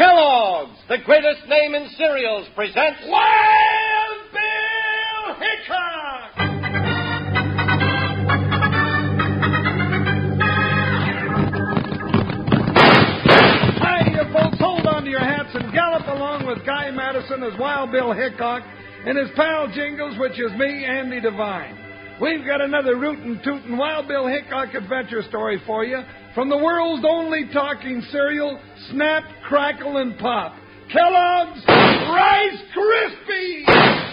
Kellogg's, the greatest name in cereals, presents Wild Bill Hickok! Hi, you folks, hold on to your hats and gallop along with Guy Madison as Wild Bill Hickok and his pal Jingles, which is me, Andy Devine. We've got another rootin' tootin' Wild Bill Hickok adventure story for you from the world's only talking cereal, Snap, Crackle, and Pop. Kellogg's Rice Krispies!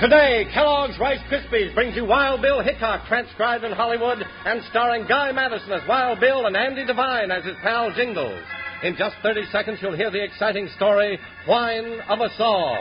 Today, Kellogg's Rice Krispies brings you Wild Bill Hickok, transcribed in Hollywood and starring Guy Madison as Wild Bill and Andy Devine as his pal Jingles. In just 30 seconds, you'll hear the exciting story, Whine of a Saw.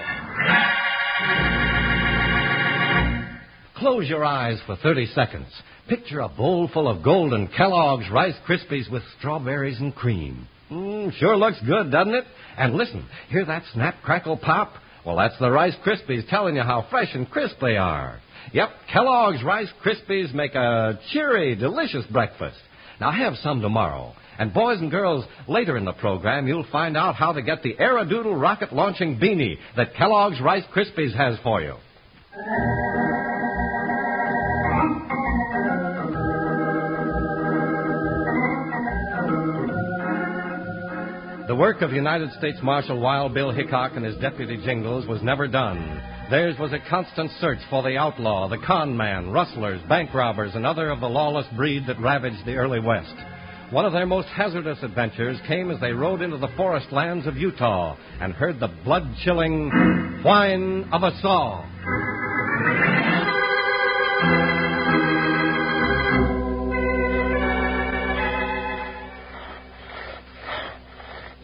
Close your eyes for 30 seconds. Picture a bowl full of golden Kellogg's Rice Krispies with strawberries and cream. Mm, sure looks good, doesn't it? And listen, hear that snap, crackle, pop? Well, that's the Rice Krispies telling you how fresh and crisp they are. Yep, Kellogg's Rice Krispies make a cheery, delicious breakfast. Now have some tomorrow. And boys and girls, later in the program, you'll find out how to get the Aerodoodle rocket launching beanie that Kellogg's Rice Krispies has for you. The work of United States Marshal Wild Bill Hickok and his deputy Jingles was never done. Theirs was a constant search for the outlaw, the con man, rustlers, bank robbers, and other of the lawless breed that ravaged the early West. One of their most hazardous adventures came as they rode into the forest lands of Utah and heard the blood chilling whine of a saw.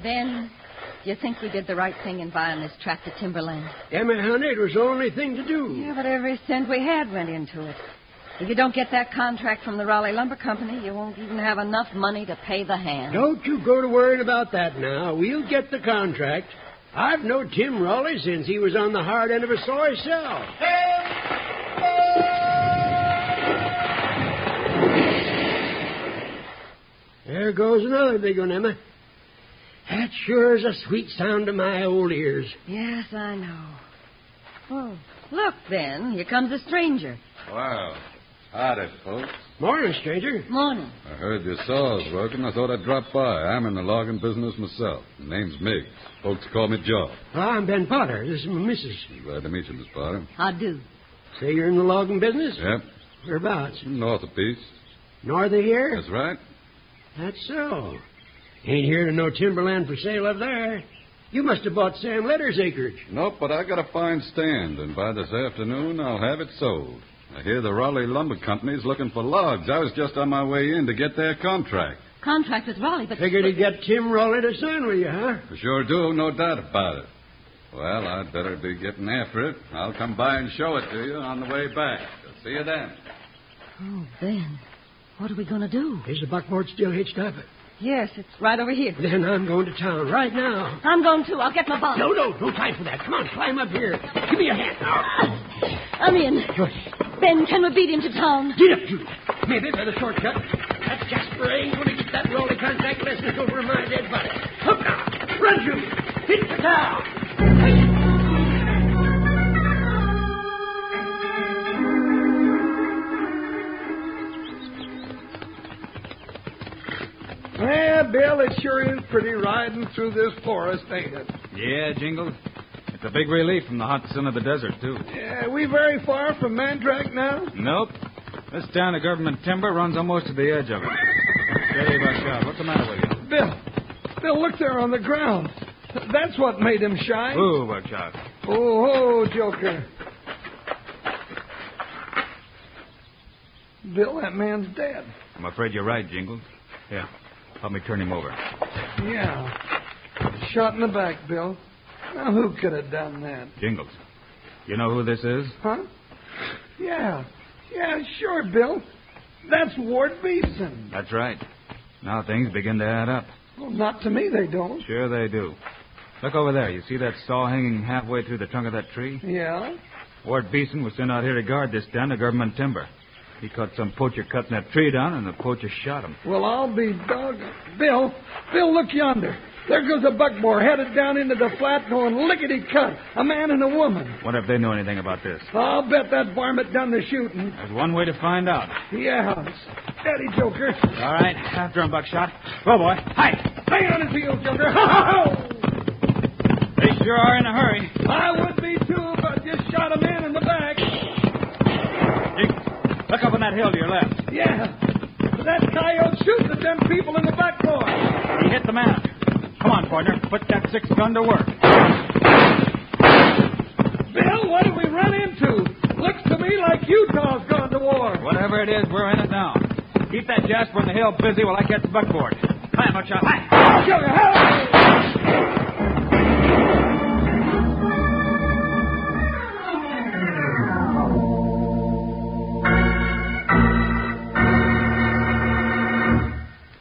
Then you think we did the right thing in buying this tract of timberland? Emma, honey, it was the only thing to do. Yeah, but every cent we had went into it. If you don't get that contract from the Raleigh Lumber Company, you won't even have enough money to pay the hand. Don't you go to worrying about that now. We'll get the contract. I've known Tim Raleigh since he was on the hard end of a saw himself. There goes another big one, Emma. That sure is a sweet sound to my old ears. Yes, I know. Oh, look, Ben, here comes a stranger. Wow. Howdy, folks. Morning, stranger. Morning. I heard your saw's working. I thought I'd drop by. I'm in the logging business myself. Name's Miggs. Folks call me Joe. Well, I'm Ben Potter. This is my missus. Glad to meet you, Miss Potter. I do. Say you're in the logging business? Yep. Whereabouts? North of Peace. North of here? That's right. That's so. Ain't here to no timberland for sale up there. You must have bought Sam Letter's acreage. Nope, but I got a fine stand, and by this afternoon I'll have it sold. I hear the Raleigh Lumber Company's looking for logs. I was just on my way in to get their contract. Contract with Raleigh, but Figured he'd get Tim Raleigh to sign with you, huh? I sure do, no doubt about it. Well, I'd better be getting after it. I'll come by and show it to you on the way back. See you then. Oh, Ben, what are we going to do? Is the buckboard still hitched up? Yes, it's right over here. Then I'm going to town right now. I'm going too. I'll get my bottle. No, no, no time for that. Come on, climb up here. Give me your hand. Now, I'm in. Good. Ben, can we beat him to town? Get up, Judy. Maybe there's a shortcut. That Jasper ain't going to get that Raleigh contact unless it's over my dead body. Hook now. Run, Judy. Hit the cow. Well, Bill, it sure is pretty riding through this forest, ain't it? Yeah, Jingles. It's a big relief from the hot sun of the desert, too. Yeah, we very far from Mandrake now? Nope. This town of government timber runs almost to the edge of it. Dave, I shot. What's the matter with you? Bill, Bill, look there on the ground. That's what made him shy. Ooh, Buckshot. Oh, oh, Joker. Bill, that man's dead. I'm afraid you're right, Jingles. Yeah. Help me turn him over. Yeah. Shot in the back, Bill. Now, who could have done that? Jingles. You know who this is? Huh? Yeah. Yeah, sure, Bill. That's Ward Beeson. That's right. Now things begin to add up. Well, not to me, they don't. Sure they do. Look over there. You see that saw hanging halfway through the trunk of that tree? Yeah? Ward Beeson was sent out here to guard this town of government timber. He caught some poacher cutting that tree down, and the poacher shot him. Well, I'll be dog. Bill, Bill, look yonder. There goes a buckboard headed down into the flat going lickety cut. A man and a woman. What if they knew anything about this? I'll bet that varmint done the shooting. There's one way to find out. Yeah. Steady, Joker. All right, after him, Buckshot. Well, boy. Hi! Hang on his heels, Joker. Ho, They sure are in a hurry. ho, ho. I would be too if I just shot a man in the back. Dick, look up on that hill to your left. Yeah. That coyote shoots at them people in the back door. He hit the man. Come on, partner. Put that six gun to work. Bill, what did we run into? Looks to me like Utah's gone to war. Whatever it is, we're in it now. Keep that Jasper in the hill busy while I catch the buckboard. Hi, Buckshot. Hi! Sugar, help!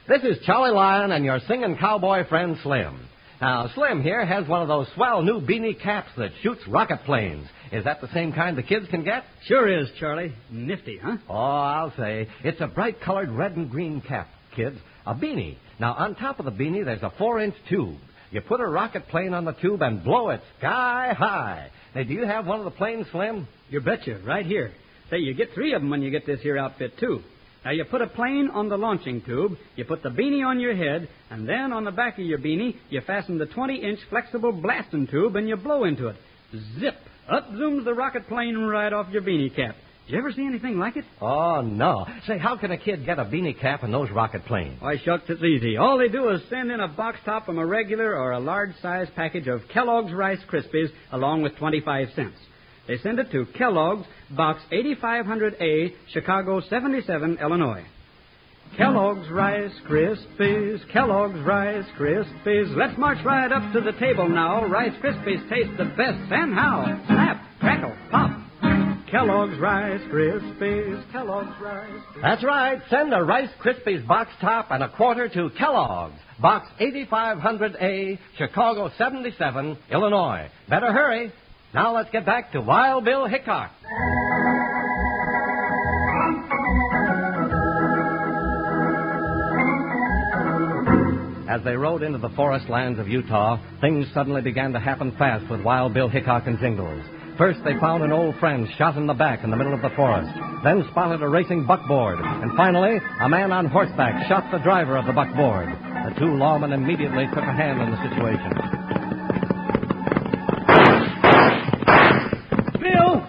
This is Charlie Lyon and your singing cowboy friend Slim. Now, Slim here has one of those swell new beanie caps that shoots rocket planes. Is that the same kind the kids can get? Sure is, Charlie. Nifty, huh? Oh, I'll say. It's a bright colored red and green cap, kids. A beanie. Now, on top of the beanie, there's a four inch tube. You put a rocket plane on the tube and blow it sky high. Now, do you have one of the planes, Slim? You betcha, right here. Say, you get three of them when you get this here outfit, too. Now, you put a plane on the launching tube, you put the beanie on your head, and then on the back of your beanie, you fasten the 20 inch flexible blasting tube and you blow into it. Zip! Up zooms the rocket plane right off your beanie cap. Did you ever see anything like it? Oh, no. Say, how can a kid get a beanie cap and those rocket planes? Why, shucks, it's easy. All they do is send in a box top from a regular or a large size package of Kellogg's Rice Krispies along with 25 cents. They send it to Kellogg's, Box 8500A, Chicago 77, Illinois. Kellogg's Rice Krispies, Kellogg's Rice Krispies. Let's march right up to the table now. Rice Krispies taste the best. And how? Snap, crackle, pop. Kellogg's Rice Krispies, Kellogg's Rice That's right. Send a Rice Krispies box top and a quarter to Kellogg's, Box 8500A, Chicago 77, Illinois. Better hurry. Now let's get back to Wild Bill Hickok. As they rode into the forest lands of Utah, things suddenly began to happen fast with Wild Bill Hickok and Jingles. First, they found an old friend shot in the back in the middle of the forest, then spotted a racing buckboard, and finally, a man on horseback shot the driver of the buckboard. The two lawmen immediately took a hand on the situation. Bill,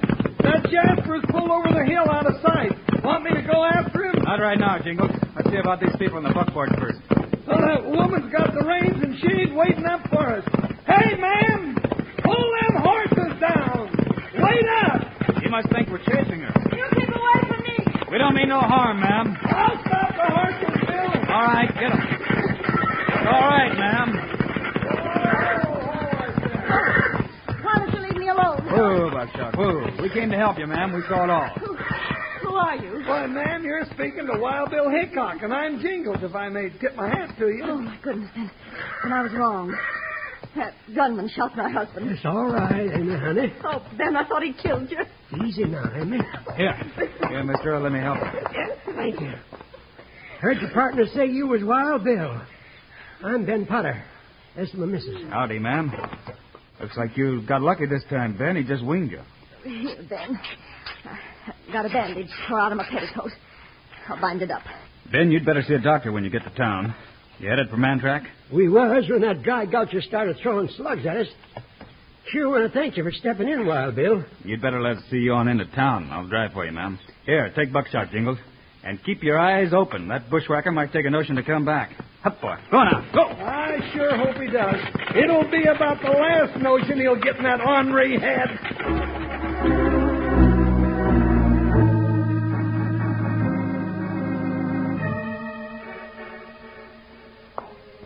that Jasper's pulled over the hill out of sight. Want me to go after him? Not right now, Jingles. Let's see about these people in the buckboard first. Well, that woman's got the reins and she ain't waiting up for us. Hey, man, pull them horses down. Wait up. You must think we're chasing her. You keep away from me. We don't mean no harm, ma'am. I'll stop the horses, Bill. All right, get 'em. All right, ma'am. Why don't you leave me alone? Whoa, Buckshot. Oh, Whoa. We came to help you, ma'am. We saw it all. Who, who are you? Why, ma'am, you're speaking to Wild Bill Hickok, and I'm Jingles, if I may tip my hat to Oh, you. my goodness. Then, When I was wrong. that gunman shot my husband. It's all right, Amy, honey. Oh, Ben, I thought he killed you. Easy now, Amy. Here. Here, Miss Earl, let me help you. Thank you. Heard your partner say you was Wild Bill. I'm Ben Potter. That's my missus. Howdy, ma'am. Looks like you got lucky this time, Ben. He just winged you. Here, Ben. I got a bandage tore out of my petticoat. I'll bind it up. Ben, you'd better see a doctor when you get to town. You headed for Mantrack? We was when that dry gulcher started throwing slugs at us. Sure want to thank you for stepping in, Wild Bill. You'd better let us see you on into town. I'll drive for you, ma'am. Here, take Buckshot, Jingles. And keep your eyes open. That bushwhacker might take a notion to come back. Up, boy. Go now. Go. I sure hope he does. It'll be about the last notion he'll get in that ornery head.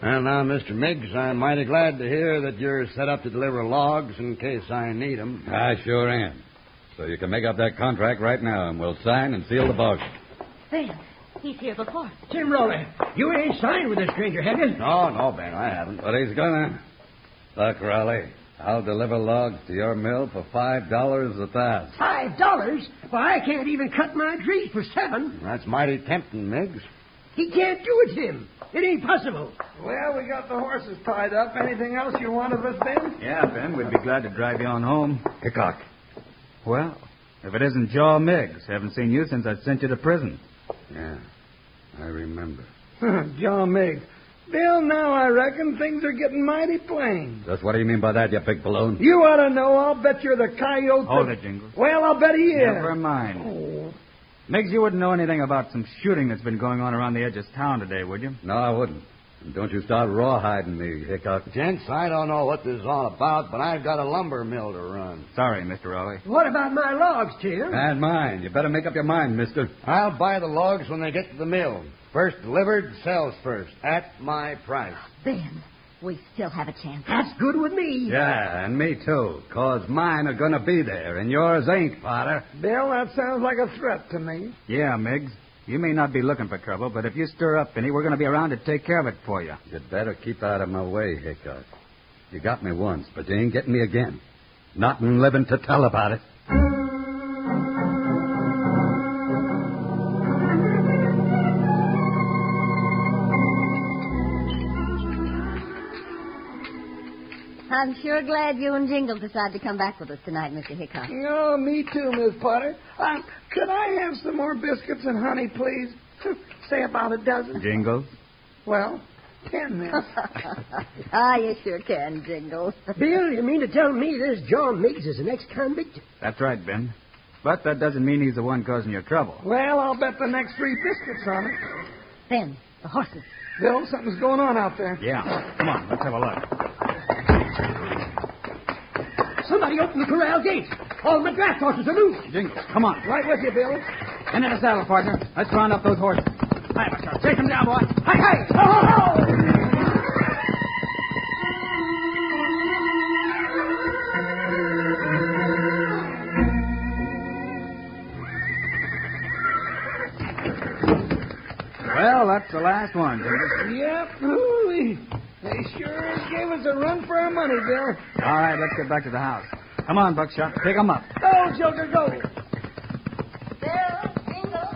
Well, now, Mr. Miggs, I'm mighty glad to hear that you're set up to deliver logs in case I need 'em. I sure am. So you can make up that contract right now, and we'll sign and seal the box. Ben, he's here before. Tim Rowley, you ain't signed with this stranger, have you? No, no, Ben, I haven't. But he's gonna. Look, Raleigh, I'll deliver logs to your mill for five dollars a thousand. Five dollars? Why, I can't even cut my trees for seven. That's mighty tempting, Miggs. He can't do it, Jim. It ain't possible. Well, we got the horses tied up. Anything else you want of us, Ben? Yeah, Ben, we'd be glad to drive you on home. Hickok. Well, if it isn't Jaw Miggs. Haven't seen you since I sent you to prison. Yeah, I remember. John Miggs. Bill, now I reckon things are getting mighty plain. Just what do you mean by that, you big balloon? You ought to know. I'll bet you're the coyote. Hold it, Jingles. Well, I'll bet he is. Never Oh. mind. Miggs, you wouldn't know anything about some shooting that's been going on around the edge of town today, would you? No, I wouldn't. And don't you start rawhiding me, Hickok. Gents, I don't know what this is all about, but I've got a lumber mill to run. Sorry, Mr. Raleigh. What about my logs, Jim? And mine. You better make up your mind, mister. I'll buy the logs when they get to the mill. First delivered, sells first, at my price. Ben, we still have a chance. That's good with me. Yeah, and me too, 'cause mine are going to be there, and yours ain't, Potter. Bill, that sounds like a threat to me. Yeah, Miggs. You may not be looking for trouble, but if you stir up any, we're going to be around to take care of it for you. You'd better keep out of my way, Hickok. You got me once, but you ain't getting me again. Not in living to tell about it. I'm sure glad you and Jingle decided to come back with us tonight, Mr. Hickok. No, me too, Miss Potter. Um, could I have some more biscuits and honey, please? Say about a dozen. Jingles? Well, ten, miss. ah, you sure can, Jingle. Bill, you mean to tell me this John Miggs is an ex-convict? That's right, Ben. But that doesn't mean he's the one causing your trouble. well, I'll bet the next three biscuits on it. Ben, the horses. Bill, something's going on out there. Yeah. Come on, let's have a look. Somebody open the corral gate. All the draft horses are loose. Jingles, come on. Right with you, Bill. Into the saddle, partner. Let's round up those horses. Hi, Buckshot. Chase them down, boy. Hi, hi. Ho, ho, ho! Well, that's the last one, Jingles. Yep. Ooh-wee. They sure gave us a run for our money, Bill. All right, let's get back to the house. Come on, Buckshot. Pick 'em up. Go, Joker, go. Bill, Jingle,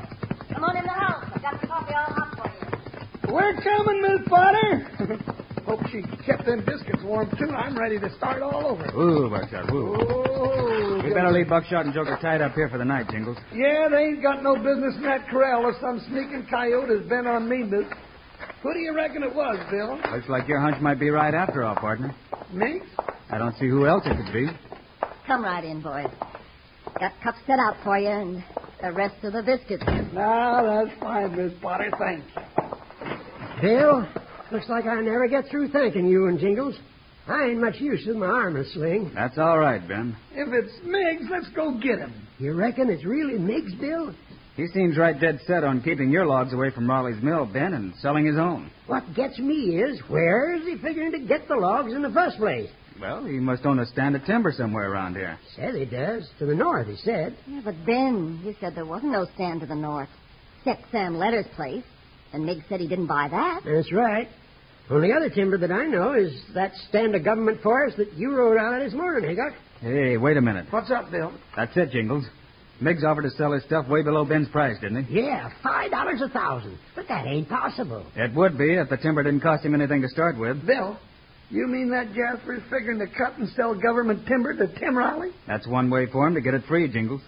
come on in the house. I've got the coffee all hot for you. We're coming, Miss Potter. Hope she kept them biscuits warm, too. I'm ready to start all over. Ooh, Buckshot, ooh. Oh, We better leave Buckshot and Joker tied up here for the night, Jingles. Yeah, they ain't got no business in that corral if some sneaking coyote has been on me, Miss. Who do you reckon it was, Bill? Looks like your hunch might be right after all, partner. Minx? I don't see who else it could be. Come right in, boys. Got cups set out for you and the rest of the biscuits. No, that's fine, Miss Potter. Thank you. Bill, looks like I never get through thanking you and Jingles. I ain't much use with my armor sling. That's all right, Ben. If it's Miggs, let's go get him. You reckon it's really Miggs, Bill? He seems right dead set on keeping your logs away from Raleigh's mill, Ben, and selling his own. What gets me is where is he figuring to get the logs in the first place? Well, he must own a stand of timber somewhere around here. Says he does. To the north, he said. Yeah, but Ben, you said there wasn't no stand to the north, except Sam Letter's place. And Mig said he didn't buy that. That's right. Only other timber that I know is that stand of government forest that you rode out of this morning, Hickok. Hey, wait a minute. What's up, Bill? That's it, Jingles. Miggs offered to sell his stuff way below Ben's price, didn't he? Yeah, five dollars a thousand. But that ain't possible. It would be if the timber didn't cost him anything to start with. Bill? You mean that Jasper's figuring to cut and sell government timber to Tim Riley? That's one way for him to get it free, Jingles.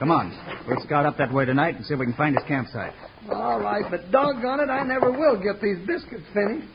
Come on, we'll scout up that way tonight and see if we can find his campsite. All right, but doggone it, I never will get these biscuits finished.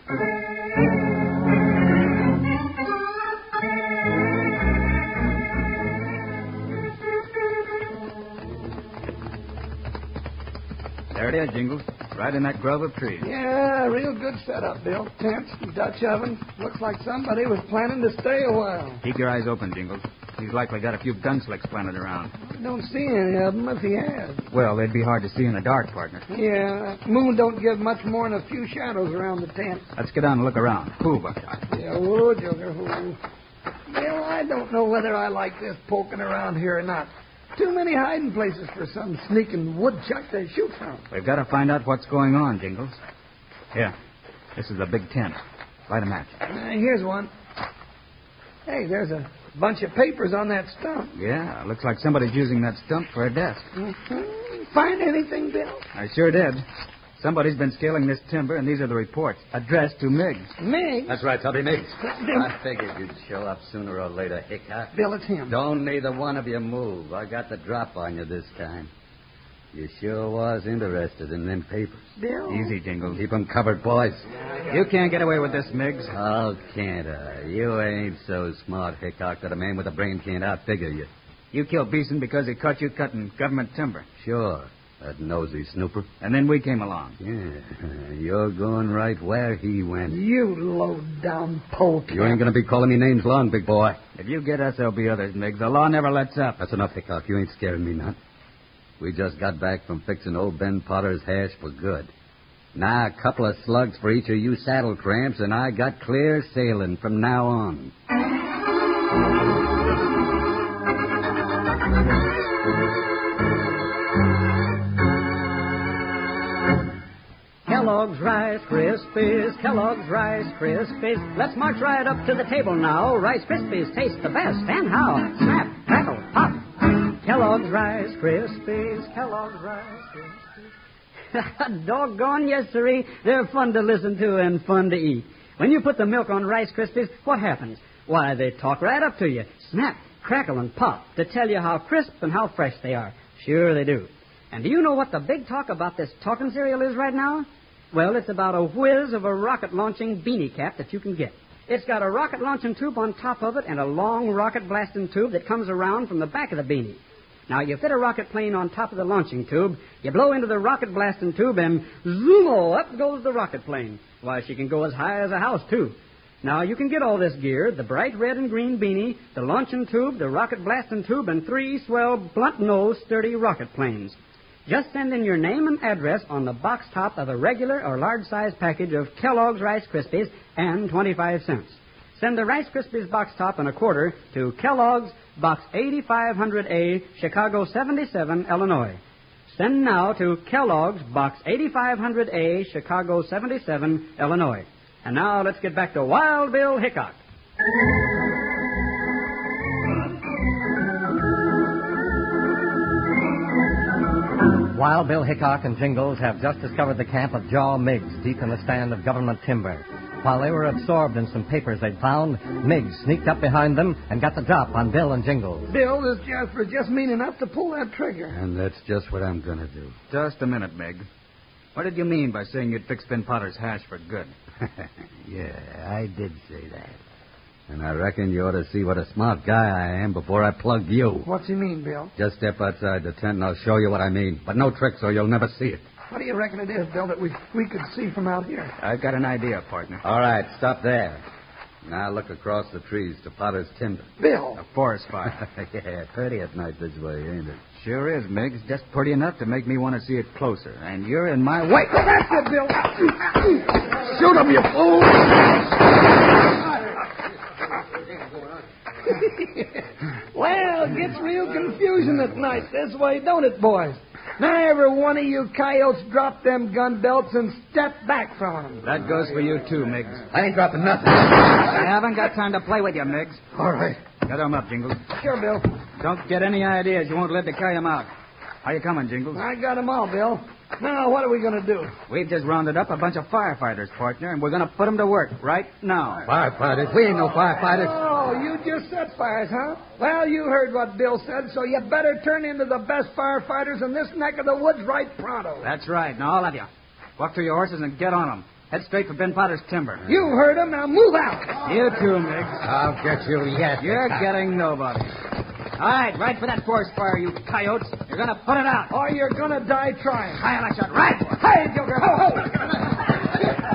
There it is, Jingles, right in that grove of trees. Yeah, real good setup, Bill. Tents, Dutch oven. Looks like somebody was planning to stay a while. Keep your eyes open, Jingles. He's likely got a few gun slicks planted around. I don't see any of 'em if he has. Well, they'd be hard to see in the dark, partner. Yeah, that moon don't give much more than a few shadows around the tent. Let's get down and look around. Who, Buckshot? Yeah, oh, Joker, oh. Bill, I don't know whether I like this poking around here or not. Too many hiding places for some sneaking woodchuck to shoot from. We've got to find out what's going on, Jingles. Here, this is a big tent. Light a match. Uh, here's one. Hey, there's a bunch of papers on that stump. Yeah, looks like somebody's using that stump for a desk. Mhm. Find Mm-hmm. anything, Bill? I sure did. Somebody's been scaling this timber, and these are the reports addressed to Miggs. Mig? That's right, Tubby Miggs. Bill. I figured you'd show up sooner or later, Hickok. Bill, it's him. Don't neither one of you move. I got the drop on you this time. You sure was interested in them papers. Bill. Easy, Jingles. Keep 'em covered, boys. You can't get away with this, Miggs. Oh, can't I? You ain't so smart, Hickok, that a man with a brain can't outfigure you. You killed Beeson because he caught you cutting government timber. Sure, that nosy snooper. And then we came along. Yeah, you're going right where he went. You low down pope. You ain't going to be calling me names long, big boy. If you get us, there'll be others, Miggs. The law never lets up. That's enough, Hickok. You ain't scaring me none. We just got back from fixing old Ben Potter's hash for good. Now, a couple of slugs for each of you saddle cramps, and I got clear sailing from now on. Kellogg's Rice Krispies, Kellogg's Rice Krispies. Let's march right up to the table now. Rice Krispies taste the best, and how? Snap, crackle, pop. Kellogg's Rice Krispies, Kellogg's Rice Krispies. Doggone, yes, sirree. They're fun to listen to and fun to eat. When you put the milk on Rice Krispies, what happens? Why, they talk right up to you. Snap, crackle, and pop to tell you how crisp and how fresh they are. Sure they do. And do you know what the big talk about this talking cereal is right now? Well, it's about a whiz of a rocket launching beanie cap that you can get. It's got a rocket launching tube on top of it and a long rocket blasting tube that comes around from the back of the beanie. Now, you fit a rocket plane on top of the launching tube, you blow into the rocket blasting tube, and zoomo, up goes the rocket plane. Why, she can go as high as a house, too. Now, you can get all this gear the bright red and green beanie, the launching tube, the rocket blasting tube, and three swell, blunt nosed, sturdy rocket planes. Just send in your name and address on the box top of a regular or large size package of Kellogg's Rice Krispies and 25 cents. Send the Rice Krispies box top and a quarter to Kellogg's, Box 8500A, Chicago 77, Illinois. Send now to Kellogg's, Box 8500A, Chicago 77, Illinois. And now let's get back to Wild Bill Hickok. While Bill Hickok and Jingles have just discovered the camp of Jaw Miggs deep in the stand of government timber. While they were absorbed in some papers they'd found, Miggs sneaked up behind them and got the drop on Bill and Jingles. Bill, this Jasper just mean enough to pull that trigger. And that's just what I'm going to do. Just a minute, Meg. What did you mean by saying you'd fix Ben Potter's hash for good? yeah, I did say that. And I reckon you ought to see what a smart guy I am before I plug you. What's he mean, Bill? Just step outside the tent and I'll show you what I mean. But no tricks or you'll never see it. What do you reckon it is, Bill, that we we could see from out here? I've got an idea, partner. All right, stop there. Now look across the trees to Potter's timber. Bill, A forest fire. yeah, pretty at night this way, ain't it? Sure is, Miggs. Just pretty enough to make me want to see it closer. And you're in my way. that's it, Bill. Shoot him, you fool! well, it gets real confusion at night this way, don't it, boys? Now every one of you coyotes drop them gun belts and step back from 'em. That goes for you, too, Miggs. I ain't dropping nothing. I haven't got time to play with you, Miggs. All right. Cut him up, Jingles. Sure, Bill. Don't get any ideas. You won't live to carry him out. How you coming, Jingles? I got 'em all, Bill. Now what are we going to do? We've just rounded up a bunch of firefighters, partner, and we're going to put them to work right now. Firefighters? We ain't no firefighters. Oh, you just set fires, huh? Well, you heard what Bill said, so you better turn into the best firefighters in this neck of the woods right pronto. That's right. Now, all of you, walk to your horses and get on them. Head straight for Ben Potter's timber. You heard him. Now move out. You too, Miggs. I'll get you yet. You're getting nobody. All right, right for that forest fire, you coyotes. You're going to put it out. Or you're going to die trying. Fire that shot right. Hey, Joker. Ho, ho.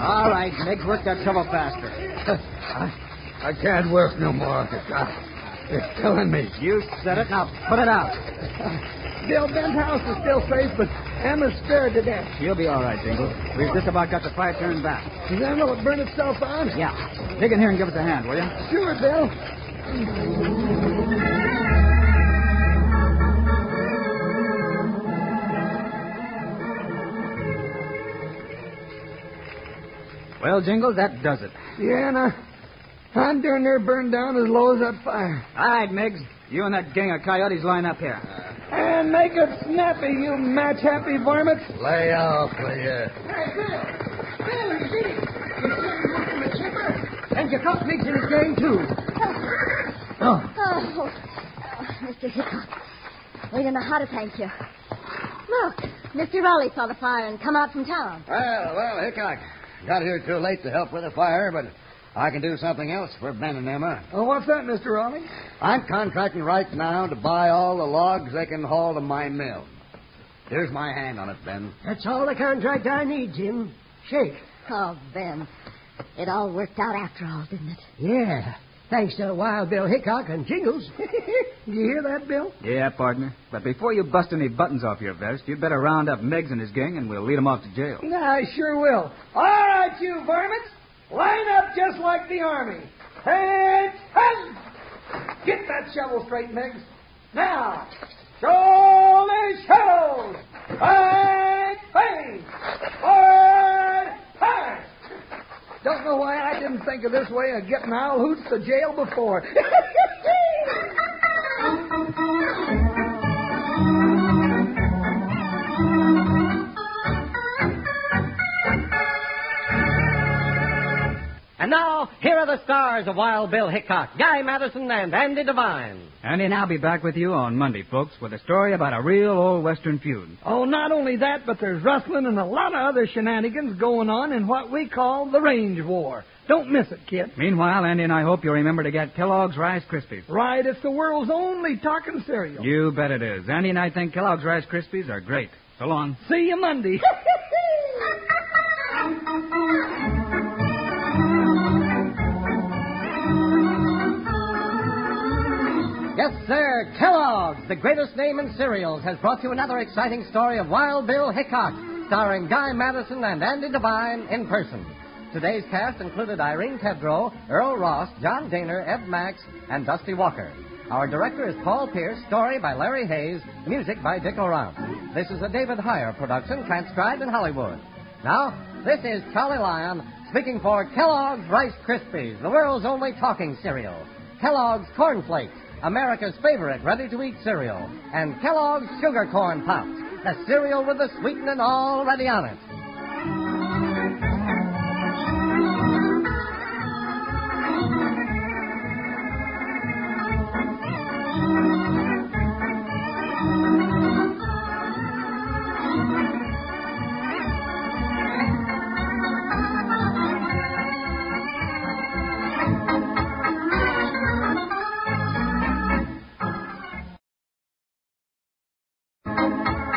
All right, Miggs, work that shovel faster. I, I can't work no more. It's, uh, it's killing me. You said it. Now put it out. Bill Benthouse is still safe, but Emma's scared to death. You'll be all right, Dingle. We've just about got the fire turned back. Does Emma will burn itself out? Yeah. Dig in here and give us a hand, will you? Sure, Bill. Well, Jingles, that does it. Yeah, and I, I'm darn near burned down as low as that fire. All right, Miggs. You and that gang of coyotes line up here. And make it snappy, you match happy varmints. Lay off, will you? Hey, Bill! Bill, you see? You sure you from the chipper? And your cup makes in his game, too. Oh. Oh, Mr. Hickok. Wait in the hotter tank here. Look, Mr. Raleigh saw the fire and come out from town. Well, well, Hickok. Got here too late to help with the fire, but I can do something else for Ben and Emma. Oh, what's that, Mr. Raleigh? I'm contracting right now to buy all the logs they can haul to my mill. Here's my hand on it, Ben. That's all the contract I need, Jim. Shake. Oh, Ben. It all worked out after all, didn't it? Yeah. Thanks to Wild Bill Hickok and Jingles. Do you hear that, Bill? Yeah, partner. But before you bust any buttons off your vest, you'd better round up Miggs and his gang, and we'll lead 'em off to jail. No, I sure will. All right, you varmints. Line up just like the army. And hunt! Get that shovel straight, Miggs. Now, shoulders, shovels. Hard face. Hard hard. Don't know why I didn't think of this way of getting Al Hoots to jail before. And now, here are the stars of Wild Bill Hickok, Guy Madison, and Andy Devine. Andy and I'll be back with you on Monday, folks, with a story about a real old Western feud. Oh, not only that, but there's rustling and a lot of other shenanigans going on in what we call the Range War. Don't miss it, kid. Meanwhile, Andy and I hope you remember to get Kellogg's Rice Krispies. Right, it's the world's only talking cereal. You bet it is. Andy and I think Kellogg's Rice Krispies are great. So long. See you Monday. Yes, sir. Kellogg's, the greatest name in cereals, has brought you another exciting story of Wild Bill Hickok, starring Guy Madison and Andy Devine in person. Today's cast included Irene Tedrow, Earl Ross, John Daner, Ed Max, and Dusty Walker. Our director is Paul Pierce, story by Larry Hayes, music by Dick Orant. This is a David Heyer production, transcribed in Hollywood. Now, this is Charlie Lyon speaking for Kellogg's Rice Krispies, the world's only talking cereal. Kellogg's Corn Flakes, America's favorite ready-to-eat cereal, and Kellogg's Sugar Corn Pops, the cereal with the sweetening already on it. Thank you.